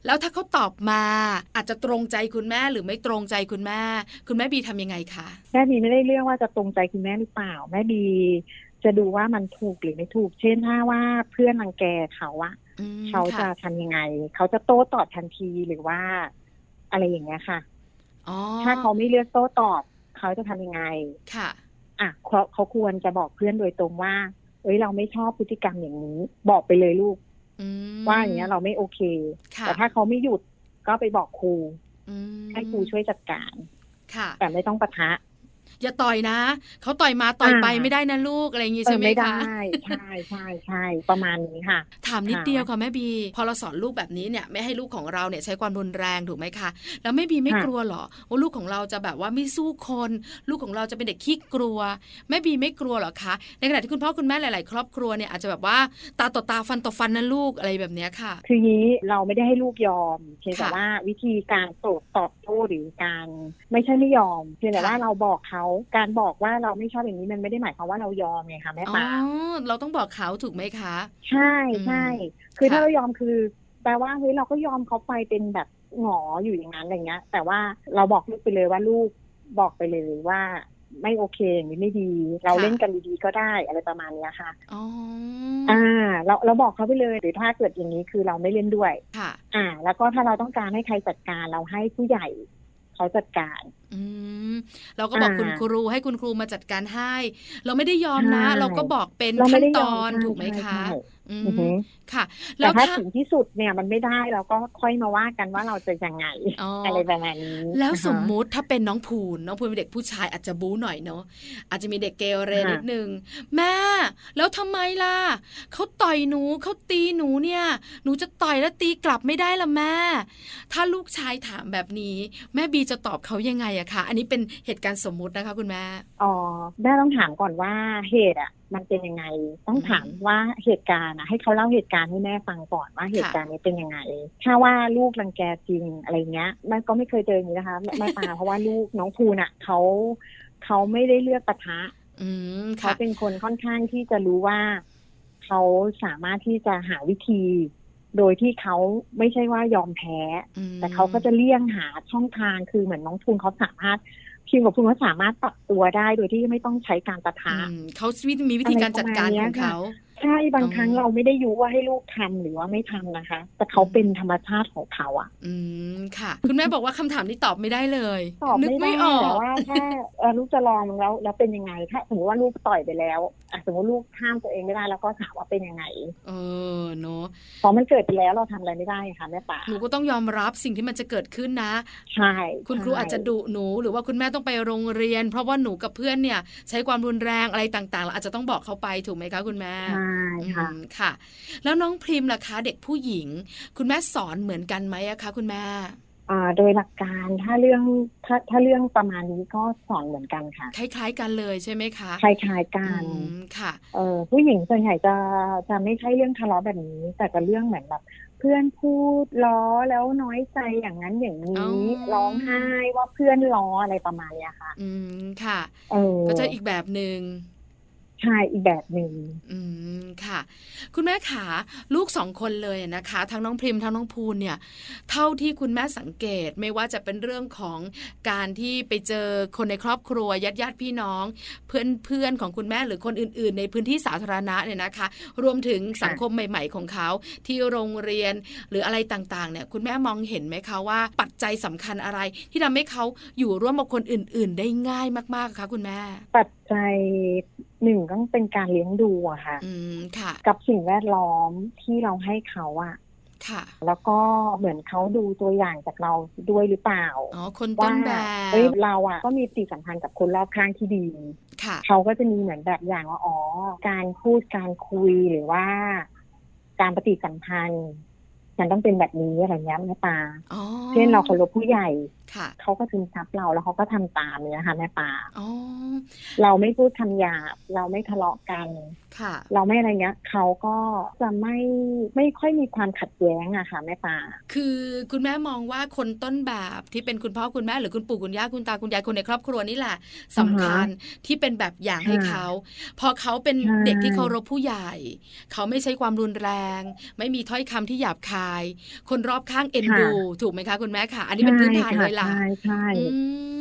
S2: แล้วถ้าเขาตอบมาอาจจะตรงใจคุณแม่หรือไม่ตรงใจคุณแม่ คุณแม่บีทำยังไงคะ
S4: แม่บีไม่ได้เรื่องว่าจะตรงใจคุณแม่หรือเปล่า แม่บีจะดูว่ามันถูกหรือไม่ถูก เช่นถ้าว่าเพื่อนรังแกเขาอะ
S2: อืม
S4: เขาจะ
S2: ค่
S4: ทำยังไง เขาจะโต้ตอบทันทีหรือว่า อะไรอย่างเงี้ยค่ะ
S2: อ๋อ
S4: ถ้าเขาไม่เลือกโต้ตอบ เขาจะทำยังไง
S2: ค่ะ
S4: อ่ะเขาเขาควรจะบอกเพื่อนโดยตรงว่า เอ้ยเราไม่ชอบพฤติกรรมอย่างนี้ บอกไปเลยลูก
S2: อืม
S4: ว่าอย่างเงี้ยเราไม่โอเค
S2: ค่ะ
S4: แต่ถ้าเขาไม่หยุดก็ไปบอกครู
S2: อืม
S4: ให้ครูช่วยจัดการ
S2: ค่ะ
S4: แต่ไม่ต้องปะทะ
S2: อย่าต่อยนะ เขาต่อยมาต่อยไป
S4: อ่า
S2: ไม่ได้นะลูกอะไรอย่างงี้
S4: เอ
S2: ใช่
S4: อ
S2: ไหม
S4: ไม่ได้
S2: คะ
S4: ใช่ใช่ใช่ประมาณนี้ค่ะ
S2: ถามนิด
S4: ค่ะ
S2: เดียวค่ะแม่บี พอเราสอนลูกแบบนี้เนี่ยไม่ให้ลูกของเราเนี่ยใช้ความรุนแรงถูกไหมคะแล้วแม่บีไม่กลัวเหรอว่าลูกของเราจะแบบว่าไม่สู้คน ลูกของเราจะเป็นเด็กขี้กลัวแม่บีไม่กลัวเหรอคะในขณะที่คุณพ่อคุณแม่หลาย ๆ ครอบครัวเนี่ยอาจจะแบบว่าตาต่อตาฟันต่อฟันนะลูกอะไรแบบเนี้ยค่ะ
S4: คืองี้เราไม่ได้ให้ลูกยอมเพียงแต่
S2: ค่ะ
S4: ว่าวิธีการโตอบตอบโต้หรือการไม่ใช่ไม่ยอมเพียงแต่
S2: ค่ะ
S4: ว่าเราบอกเขาการบอกว่าเราไม่ชอบอย่างนี้มันไม่ได้หมายความว่าเรายอมไงคะแม่
S2: อ๋อ
S4: ปา
S2: เราต้องบอกเขาถูกไหมคะ
S4: ใช่ใช่คือ
S2: ค่ะ
S4: ถ้าเรายอมคือแปลว่าเฮ้ยเราก็ยอมเขาไปเป็นแบบหงออยู่อย่างนั้นอะไรเงี้ย แต่ว่าเราบอกลูกไปเลยว่าลูกบอกไปเลยว่าไม่โอเคอย่างนี้ไม่ดี เราเล่นกันดีๆก็ได้อะไรประมาณเนี้ยค่ะ
S2: อ๋อ
S4: อ่า เราเราบอกเขาไปเลยหรือถ้าเกิดอย่างนี้คือเราไม่เล่นด้วย
S2: ค่ะ
S4: อ่า แล้วก็ถ้าเราต้องการให้ใครจัดการเราให้ผู้ใหญ่เขาจัดการ
S2: อืมเราก็บอก
S4: อ่า
S2: คุณครูให้คุณครูมาจัดการให้ เราไม่ได้ยอมนะ
S4: ใช่
S2: เราก็บอกเป็น
S4: เรา
S2: ขั้
S4: ไม่
S2: น
S4: ได้
S2: ต
S4: ยอ
S2: อน
S4: ใช่
S2: ถูกไหมคะ
S4: ใช่
S2: อืม
S4: อือหือ
S2: ค่ะ
S4: แต่
S2: แล้ว
S4: ถ้า
S2: ถ้า
S4: ถึงที่สุดเนี่ยมันไม่ได้เราก็ค่อยมาว่ากันว่าเราจะยังไง
S2: อ๋ออ
S4: อะไรประมาณนี้
S2: แล้ว
S4: อ่าฮะ
S2: สมมุติถ้าเป็นน้องภูนน้องภูนเป็นเด็กผู้ชายอาจจะบู๊หน่อยเนาะอาจจะมีเด็กเกเร
S4: ค่ะ
S2: นิดนึงแม่แล้วทำไมล่ะเขาต่อยหนูเขาตีหนูเนี่ย หนูจะต่อยแล้วตีกลับไม่ได้ละแม่ ถ้าลูกชายถามแบบนี้ แม่บีจะตอบเขายังไงอะคะอันนี้เป็นเหตุการณ์สมมุตินะคะ คุณแม่
S4: อ๋อแม่ต้องถามก่อนว่าเหตุอ่ะ มันเป็นยังไง ต้องถามว่าเหตุการณ์อะให้เขาเล่าเหตุการณ์ให้แม่ฟังก่อนว่าเหตุการณ์นี้เป็นยังไง ถ้าว่าลูกรังแกจริงอะไรเงี้ยแม่ก็ไม่เคยเจออย่างนี้นะคะแม่แม่ปา เพราะว่าลูกน้องภูน่ะเขาเขาไม่ได้เลือกปะทะ
S2: อืม
S4: เขา
S2: ค่ะ
S4: เป็นคนค่อนข้างที่จะรู้ว่าเขาสามารถที่จะหาวิธี โดยที่เขาไม่ใช่ว่ายอมแพ้
S2: อืม
S4: แต่เขาก็จะเลี่ยงหาช่องทางคือเหมือนน้องภูนเขาสามารถพิมพ์กับภูนเขาสามารถปรับตัวได้โดยที่ไม่ต้องใช้การปะทะ
S2: อืมเขามีวิธีการจัดการของเขา
S4: ใช่บางครั้ง
S2: อ๋อ
S4: เราไม่ได้ยุ่ว่าให้ลูกทำหรือว่าไม่ทำนะคะ แต่เขาเป็นธรรมชาติของเขาอะ
S2: อืมค่ะ คุณแม่บอกว่าคำถามนี้ตอบไม่ได้เลย
S4: ตอบ
S2: นึก
S4: ไม่ได้
S2: ไม่ออก
S4: แต่ว่าถ้าเอ่อลูกจะลองแล้ว แล้วเป็นยังไงถ้าสมมติว่าลูกต่อยไปแล้วอ่ะสมมติลูกห้ามตัวเองไม่ได้แล้วก็ถามว่าเป็นยังไง
S2: เออเนอะ
S4: พอมันเกิดไปแล้วเราทำอะไรไม่ได้ค่ะแม่ป่า
S2: หนูก็ต้องยอมรับสิ่งที่มันจะเกิดขึ้นนะ
S4: ใช่
S2: คุณครู
S4: ใช่
S2: อาจจะดุหนู หรือว่าคุณแม่ต้องไปโรงเรียน เพราะว่าหนูกับเพื่อนเนี่ย ใช้ความรุนแรงอะไรต่างๆเราอาจจะต้องบอกเขาไปถูกไหมคะคุณแม่
S4: ใช่ค่ะ
S2: อืมค่ะ แล้วน้องพริมล่ะคะ เด็กผู้หญิง คุณแม่สอนเหมือนกันไหมอะคะ คุณแม่
S4: อ่าโดยหลักการถ้าเรื่องถ้าถ้าเรื่องประมาณนี้ก็สอนเหมือนกันค่ะ
S2: คล้าย ๆ กันเลยใช่ไหมคะ
S4: คล้ายๆ
S2: อื
S4: กัน
S2: มค่ะ
S4: เออผู้หญิงส่วนใหญ่จะจะไม่ใช่เรื่องทะเลาะแบบนี้ แต่จะเรื่องเหมือนแบบ เพื่อนพูดล้อแล้วน้อยใจอย่างนั้นอย่าง
S2: อ๋
S4: นี้
S2: อ
S4: ร้องไห้ว่าเพื่อนล้ออะไรประมาณเนี้ยค่ะ
S2: อืมค่ะ
S4: เออ
S2: ก็จะอีกแบบหนึ่ง
S4: ใช่อีกแบบหนึ่ง
S2: อืมค่ะ คุณแม่ขาลูกสองคนเลยนะคะ ทั้งน้องพริมทั้งน้องภูนเนี่ย เท่าที่คุณแม่สังเกตไม่ว่าจะเป็นเรื่องของการที่ไปเจอคนในครอบครัวญาติญาติๆพี่น้อง เพื่อนเพื่อนของคุณแม่หรือคนอื่น ๆ ในพื้นที่สาธารณะเนี่ยนะคะ รวมถึงสังคมใหม่ ๆ ของเขา ที่โรงเรียนหรืออะไรต่างๆ เนี่ยคุณแม่มองเห็นไหมคะว่า ปัจจัยสำคัญอะไร ที่ทำให้เขาอยู่ร่วมกับคนอื่น ๆ ได้ง่ายมากๆคะคุณแม่
S4: ปัจจัยหนึ่งต้องเป็นการเลี้ยงดูอะค่ะ
S2: อืมค่ะ
S4: กับสิ่งแวดล้อมที่เราให้เขาอะ
S2: ค่ะ
S4: แล้วก็เหมือนเขาดูตัวอย่างจากเราด้วยหรือเปล่า
S2: อ๋อคนต้
S4: ว่าน
S2: แบ
S4: เอ้ย
S2: บ
S4: เราอ่ะก็มีปฏิสัมพันธ์กับคนรอบข้างที่ดี
S2: ค่ะ
S4: เขาก็จะมีเหมือนแบบอย่างว่าอ๋อ การพูดการคุยหรือว่า การปฏิสัมพันธ์ มันต้องเป็นแบบนี้อะไรเงี้ยแม่ปลา
S2: อ๋อ
S4: เช่นเราเคารพผู้ใหญ่
S2: ค่ะ
S4: เขาก็ซึมซับเราแล้วเขาก็ทำตามเนี่ยค่ะแม่ปลา
S2: อ๋อ
S4: เราไม่พูดคำหยาบเราไม่ทะเลาะกัน
S2: ค่ะ
S4: เราไม่อะไรเงี้ยเขาก็จะไม่ไม่ค่อยมีความขัดแย้งอะค่ะแม่ปลา
S2: คือคุณแม่มองว่าคนต้นแบบที่เป็นคุณพ่อคุณแม่หรือคุณปู่คุณย่าคุณตาคุณยายคนในครอบครัวนี่แหละสำคัญที่เป็นแบบอย่างให้
S4: ค่ะ
S2: เขาพอเขาเป็น
S4: ใช่
S2: เด็กที่เคารพผู้ใหญ่ เขาไม่ใช้ความรุนแรง ไม่มีถ้อยคำที่หยาบคาย คนรอบข้างเอ็นดูถูกไหมคะคุณแม่ค่ะ อันนี้เป็นพื้นฐานเล
S4: ใช่ค่ะ
S2: ยล่ะ
S4: ใช่ใช่
S2: อื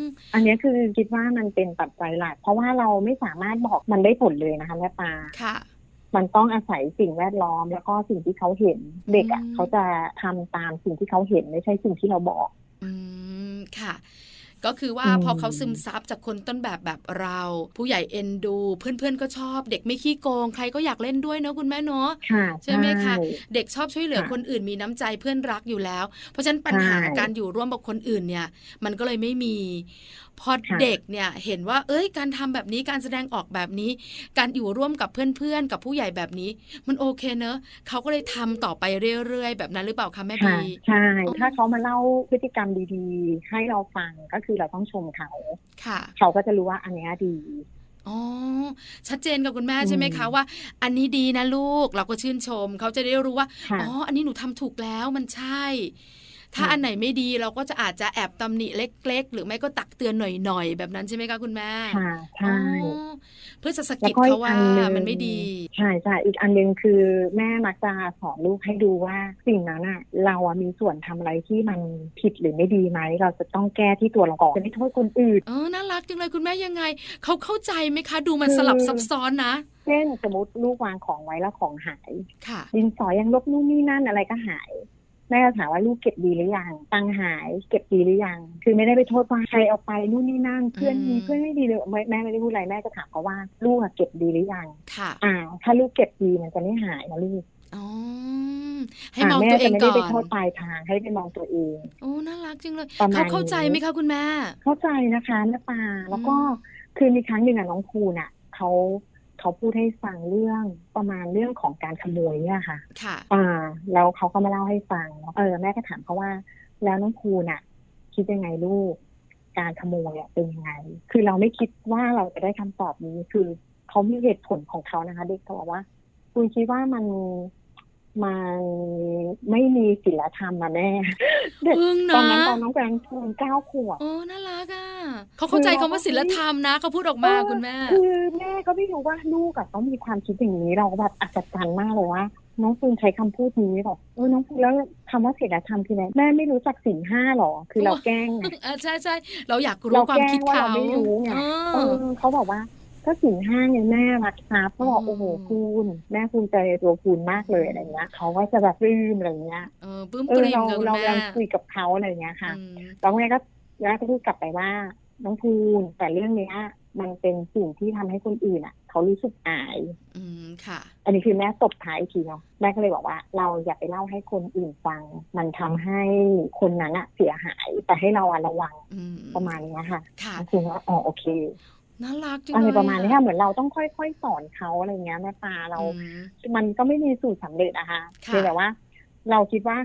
S2: ม
S4: อันเนี้ยคือคิดว่ามันเป็นปัจจัยหลักเพราะว่าเราไม่สามารถบอกมันได้ผลเลยนะคะแม่ปลา
S2: ค่ะ
S4: มันต้องอาศัยสิ่งแวดล้อมแล้วก็สิ่งที่เขาเห็น เด็กอ่ะ
S2: อืม
S4: เขาจะทำตามสิ่งที่เขาเห็นไม่ใช่สิ่งที่เราบอก
S2: อืมค่ะ ก็คือว่า
S4: อืม
S2: พอเขาซึมซับจากคนต้นแบบแบบเรา ผู้ใหญ่เอ็นดู เพื่อนๆก็ชอบ เด็กไม่ขี้โกง ใครก็อยากเล่นด้วยเนอะคุณแม่เนาะ
S4: ค่ะ
S2: ใช่ไหมคะ เด็กชอบช่วยเหลือ
S4: ค่ะ
S2: คนอื่นมีน้ำใจเพื่อนรักอยู่แล้ว เพราะฉะนั้นปัญหา
S4: ใช่
S2: การอยู่ร่วมกับคนอื่นเนี่ย มันก็เลยไม่มี พอ
S4: ค่ะ
S2: เด็กเนี่ยเห็นว่า เอ้ย การทำแบบนี้การแสดงออกแบบนี้ การอยู่ร่วมกับเพื่อนๆกับผู้ใหญ่แบบนี้ มันโอเคเนอะเขาก็เลยทำต่อไปเรื่อยๆ แบบนั้นหรือเปล่าคะแม่
S4: ค่ะ
S2: บี
S4: ใช่
S2: อ๋อ
S4: ถ้าเขามาเล่าพฤติกรรมดีๆ ให้เราฟังก็คือเราต้องชมเขา
S2: ค่ะ
S4: เขาก็จะรู้ว่าอันเนี้ยดี
S2: อ๋อชัดเจนกับคุณแม่
S4: อืม
S2: ใช่ไหมคะว่า อันนี้ดีนะลูกเราก็ชื่นชม เขาจะได้รู้ว่า
S4: ค่ะ
S2: อ๋อ อันนี้หนูทำถูกแล้วมันใช่ ถ้า
S4: ค่ะ
S2: อันไหนไม่ดีเราก็จะอาจจะแอบตำหนิเล็ก ๆ หรือไม่ก็ตักเตือนหน่อยๆ แบบนั้นใช่ไหมคะคุณแม่
S4: ค่ะ
S2: อ๋อ
S4: ใช่
S2: เพื่อจะสะ
S4: แล้
S2: กิ
S4: ว
S2: ด
S4: ก็อี
S2: เขา
S4: ก
S2: ว่า
S4: อันหนึ่ง
S2: มันไม่ดี
S4: ใช่ใช่อีกอันหนึ่งคือแม่มักจะสอนลูกให้ดูว่าสิ่งนั้นอะเราอะมีส่วนทำอะไรที่มันผิดหรือไม่ดีไหม เราจะต้องแก้ที่ตัวเราก่อนจะไม่โทษคนอื่น
S2: เออน่ารักจังเลยคุณแม่ยังไง เขาเข้าใจไหมคะ ดูมันสลับซับซ้อนนะ
S4: เช่นสมมติลูกวางของไว้แล้วของหาย
S2: ค่ะ
S4: ดินสอยังลบนู่นนี่นั่นอะไรก็หาย แม่ก็ถามว่าลูกเก็บดีหรือยังตังค์หายเก็บดีหรือยัง คือไม่ได้ไปโทษว่าใครเอาไปนู่นนี่นั่นเพื่อน
S2: อื
S4: มี
S2: ม
S4: เพื่อนไม่ดีเลยไม่แม่ไม่ได้พูดอะไรแม่จะถามเขาว่าลูกอะเก็บดีหรือยัง
S2: ค่ะ
S4: อ่า ถ้าลูกเก็บดีมันจะไม่หายนะลูก
S2: อ๋อให้มองตัวเอง
S4: แม่จะ
S2: ก่
S4: ไม่ได้ไป
S2: อน
S4: โทษปลายทางให้ไปมองตัวเอง
S2: โอ้น่ารักจังเลย
S4: ประมาณนี้
S2: เขาเข้าใจไหมคะคุณแม่
S4: เข้าใจนะคะแม่ปลาแล้วก็คือมีครั้งหนึ่งอะน้องครูน่ะเขาเขาพูดให้ฟังเรื่องประมาณเรื่องของการขโมยเนี่ยค่ะ
S2: ค่ะ
S4: อ่า แล้วเขาก็มาเล่าให้ฟังเออแม่ก็ถามเขาว่า แล้วน้องครูน่ะ คิดยังไงลูก การขโมยอะเป็นยังไง คือเราไม่คิดว่าเราจะได้คำตอบนี้ คือเขามีเหตุผลของเขานะคะ เด็กเขาบอกว่าคุณคิดว่ามันมันไม่มีศีลธรรมอะแม่ เด็ก
S2: อึ้ง
S4: ต
S2: นะ
S4: อนนั้นตอนน้องแปงเพียงเก้าขวบ
S2: โอ้น่ารักอ่ะเขาเข้าใจคำว่าศิลธรรมนะเขาพูดออกมา
S4: เออ
S2: คุณแม่
S4: คือแม่ก็ไม่รู้ว่าลูกอะต้องมีความคิดอย่างนี้เราก็แบบอัศจรรย์มากเลยว่าน้องปูนใช้คำพูดนี้แบบเออน้องปูนแล้วคำว่าศีลธรรมคืออะไรแม่ไม่รู้จักศีลห้าหรอ คือเราแกล้งไง
S2: อ่าใช่ใช่เราอยากรู้
S4: เรา
S2: ความคิด
S4: แกล้งว่า
S2: เขา
S4: เราไม่รู้ไง
S2: เอ
S4: เอ
S2: อ
S4: อเขาบอกว่า ก็ศีลห้าไงแม่รักทรัพย์เขาบอก
S2: อืม
S4: โอ้โหคูณแม่ภูมิใจในตัวคูณมากเลยอะไรเงี้ยเขาก็จะแบบรื้มอะไรเงี้ย
S2: เออปลื้ม
S4: เอ
S2: ป
S4: อ
S2: ริ่มกับ
S4: เรา
S2: คุณ
S4: เรา
S2: แม่
S4: กำลังคุยกับเขาอะไรเงี้ยค่ะ
S2: อืม
S4: แล้วแม่ก็แม่ก็พูดกลับไปว่า น้องภูนแต่เรื่องเนี้ย มันเป็นสิ่งที่ทำให้คนอื่นอ่ะ เขารู้สึกอาย
S2: อืมค่ะ
S4: อันนี้คือแม่ตบท้ายอีกทีเนาะแม่ก็เลยบอกว่า เราอย่าไปเล่าให้คนอื่นฟัง มันทำให้คนนั้นอะเสียหาย แต่ให้เราอะระวัง
S2: อืม
S4: ประมาณเนี้ยค่ะ
S2: ค่ะ
S4: ก็คือว่าอ๋อโอเค
S2: น่ารักจัง
S4: อะไร
S2: เลย
S4: ประมาณเนี้ยค่ะเหมือนเราต้องค่อยๆสอนเขาอะไรเงี้ยแม่ปลาเรา
S2: อืม
S4: มันก็ไม่มีสูตรสำเร็จนะคะ
S2: ค่ะ
S4: เพียงแต่ว่า เราคิดว่า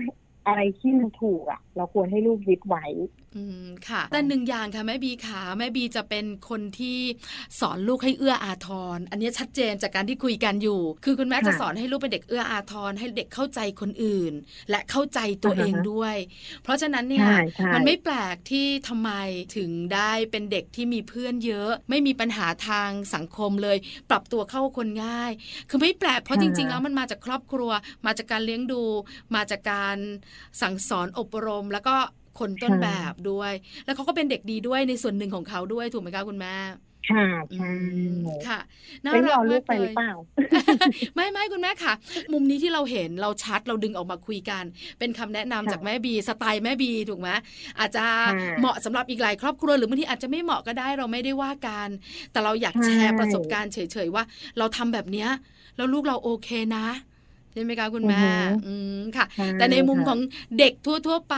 S4: อะไรที่มันถูกอะเราควรให้ลูกยึดไว้
S2: อืมค่ะ แต่หนึ่งอย่างค่ะแม่บีขาแม่บีจะเป็นคนที่สอนลูกให้เอื้ออาทร อันนี้ชัดเจนจากการที่คุยกันอยู่ คือคุณแม่
S4: ค่ะ
S2: จะสอนให้ลูกเป็นเด็กเอื้ออาทร ให้เด็กเข้าใจคนอื่น และเข้าใจตัว
S4: อ่าฮะ
S2: เองด้วย เพราะฉะนั้นเนี่ย
S4: ใช่ใช่
S2: มันไม่แปลกที่ทำไมถึงได้เป็นเด็กที่มีเพื่อนเยอะ ไม่มีปัญหาทางสังคมเลย ปรับตัวเข้าคนง่าย คือไม่แปลกเพราะ
S4: ค่ะ
S2: จริง ๆ แล้วมันมาจากครอบครัว มาจากการเลี้ยงดู มาจากการสั่งสอนอบรม แล้วก็คนต้น
S4: ค่ะ
S2: แบบด้วย แล้วเขาก็เป็นเด็กดีด้วยในส่วนหนึ่งของเขาด้วยถูกไหมคะคุณแม่
S4: ค่ะ
S2: อื
S4: ใช่
S2: มค่ะน่า
S4: เอ้ย
S2: รัก
S4: เราลู
S2: มาก
S4: กไปห
S2: เล
S4: รือย เปล่า
S2: ไม่ไม่คุณแม่ค่ะ มุมนี้ที่เราเห็นเราชัดเราดึงออกมาคุยกัน เป็นคำแนะนำ
S4: ค่ะ
S2: จากแม่บีสไตล์แม่บีถูกไหมอาจจะ
S4: ค่ะ
S2: เหมาะสำหรับอีกหลายครอบครัวหรือบางทีอาจจะไม่เหมาะก็ได้เราไม่ได้ว่ากัน แต่เราอยาก
S4: ใช่
S2: แชร์ประสบการณ์เฉยๆว่า เราทำแบบเนี้ยแล้วลูกเราโอเคนะ ช่ไหมคะคุณแม่
S4: อือฮึ
S2: อืมค่ะ
S4: ช่
S2: แต่ในมุมข
S4: ค่ะ
S2: องเด็กทั่ว ๆ ไป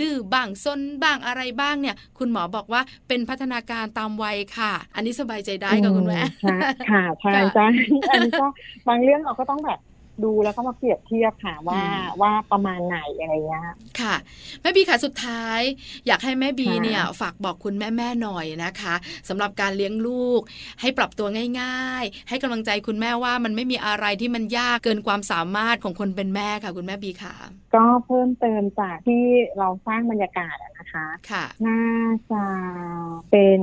S2: ดื้อบ้างซนบ้างอะไรบ้างเนี่ย คุณหมอบอกว่าเป็นพัฒนาการตามวัยค่ะ อันนี้สบายใจได้ค่ะคุณแม่
S4: อืค่ะค่ะใช่
S2: ค่ะ
S4: จ้ะอันนี้ก็บางเรื่องเราก็ต้องแบบดูแล้วก็มาเปรียบเทียบค่ะว่า
S2: อืม
S4: ว่าประมาณไหนอะไรเงี้ย
S2: ค่ะแม่บีค่ะสุดท้าย อยากให้แม่บี
S4: ค่ะ
S2: เนี่ยฝากบอกคุณแม่ ๆ หน่อยนะคะสำหรับการเลี้ยงลูก ให้ปรับตัวง่ายๆ ให้กำลังใจคุณแม่ว่ามันไม่มีอะไรที่มันยากเกินความสามารถของคนเป็นแม่ค่ะ คุณแม่บีค่ะ
S4: ก็เพิ่มเติมจากที่เราสร้างบรรยากาศอะนะคะ
S2: ค่ะ
S4: น่าจะเป็น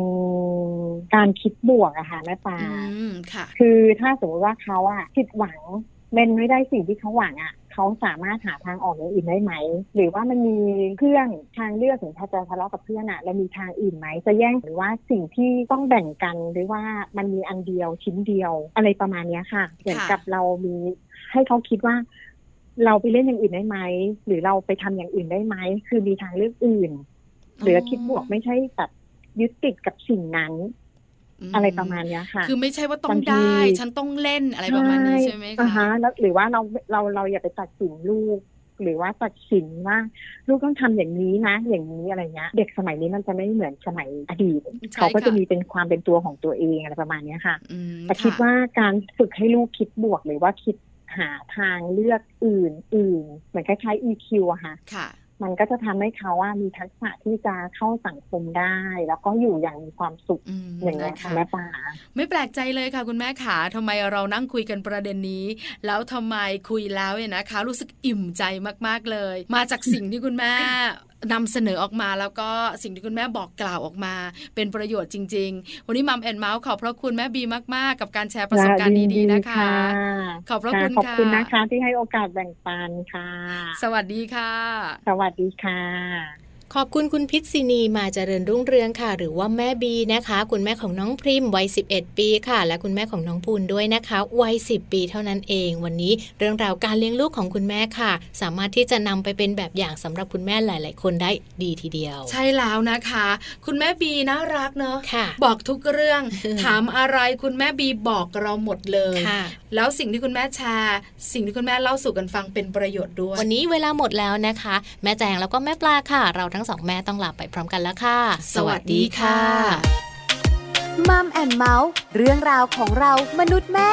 S4: การคิดบวกอะค่ะแม่ปลา
S2: อืมค่ะ
S4: คือถ้าสมมติว่าเขาอะผิดหวังเป็นไม่ได้สิ่งที่เขาหวังอะเขาสามารถหาทางออกอย่างอื่นได้ไหม หรือว่ามันมีเพื่อนทางเลือกถึงถ้าจะทะเลาะกับเพื่อนอะแล้วมีทางอื่นไหมจะแย่งหรือว่าสิ่งที่ต้องแบ่งกันหรือว่ามันมีอันเดียวชิ้นเดียวอะไรประมาณเนี้ยค่ะเหมือนกับเรามีให้เขาคิดว่า เราไปเล่นอย่างอื่นได้ไหม หรือเราไปทำอย่างอื่นได้ไหมคือมีทางเลือกอื่น หรือคิดบวกไม่ใช่แบบยึดติดกับสิ่งนั้น อะไรประมาณเนี้ยค่ะ
S2: คือไม่ใช่ว่าต้อง
S4: บางที
S2: ได้ ฉันต้องเล่นอะไรประมาณนี้ใช่ไหม
S4: อ่า
S2: คะ
S4: ฮะแล้วหรือว่าเราเราเราอย่าไปตัดสินลูก หรือว่าตัดสินว่า ลูกต้องทำอย่างนี้นะ อย่างนี้อะไรเงี้ยเด็กสมัยนี้มันจะไม่เหมือนสมัยอดีต
S2: ใช่
S4: เขาก็จะมีเป็นความเป็นตัวของตัวเองอะไรประมาณเนี้ยค่ะ
S2: อืม
S4: แต่คิด
S2: ะ
S4: ว่าการฝึกให้ลูกคิดบวก หรือว่าคิดหาทางเลือกอื่นอื่นเหมือนคล้ายๆ EQ อะค่ะ
S2: ค่ะ
S4: มันก็จะทำให้เขาว่ามีทักษะที่จะเข้าสังคมได้ แล้วก็อยู่อย่างมีความสุข
S2: อืม
S4: อย่างนี้ย
S2: นะ
S4: ค่ะ
S2: คะ
S4: แม่ปลา
S2: ไม่แปลกใจเลยค่ะคุณแม่ขาทำไมเรานั่งคุยกันประเด็นนี้ แล้วทำไมคุยแล้วเนี่ยนะคะ รู้สึกอิ่มใจมากๆเลย มาจากสิ่งที่คุณแม่นำเสนอออกมาแล้วก็สิ่งที่คุณแม่บอกกล่าวออกมา เป็นประโยชน์จริง ๆ วันนี้มัมแอนเมาส์ขอบพระคุณแม่บีมากๆ กับการแชร์ประสบการณ์ดีๆนะคะ ขอบพระคุณ
S4: ขอบคุณ
S2: ค่ะ
S4: นะคะที่ให้โอกาสแบ่งปันค่ะ
S2: สวัสดีค่ะ
S4: สวัสดีค่ะ
S1: ขอบคุณคุณพิษณีมาเจริญรุ่งเรืองค่ะ หรือว่าแม่บีนะคะ คุณแม่ของน้องพริมวัย 11 ปีค่ะ และคุณแม่ของน้องปูนด้วยนะคะวัย 10 ปีเท่านั้นเอง วันนี้เรื่องราวการเลี้ยงลูกของคุณแม่ค่ะ สามารถที่จะนำไปเป็นแบบอย่างสำหรับคุณแม่หลาย ๆ คนได้ดีทีเดียว
S2: ใช่แล้วนะคะ คุณแม่บีน่ารักเนอะ
S1: ค่ะ
S2: บอกทุกเรื่อง
S1: อืม
S2: ถามอะไรคุณแม่บีบอกเราหมดเลย
S1: ค่ะ
S2: แล้วสิ่งที่คุณแม่แชร์สิ่งที่คุณแม่เล่าสู่กันฟังเป็นประโยชน์ด้วย
S1: วันนี้เวลาหมดแล้วนะคะ แม่แจงแล้วก็แม่ปลาค่ะ เราทั้งสองแม่ต้องลาไปพร้อมกันแล้วค่ะ
S2: สวัสดีค่ะ
S3: มัมแอนเมาส์เรื่องราวของเรามนุษย์แม่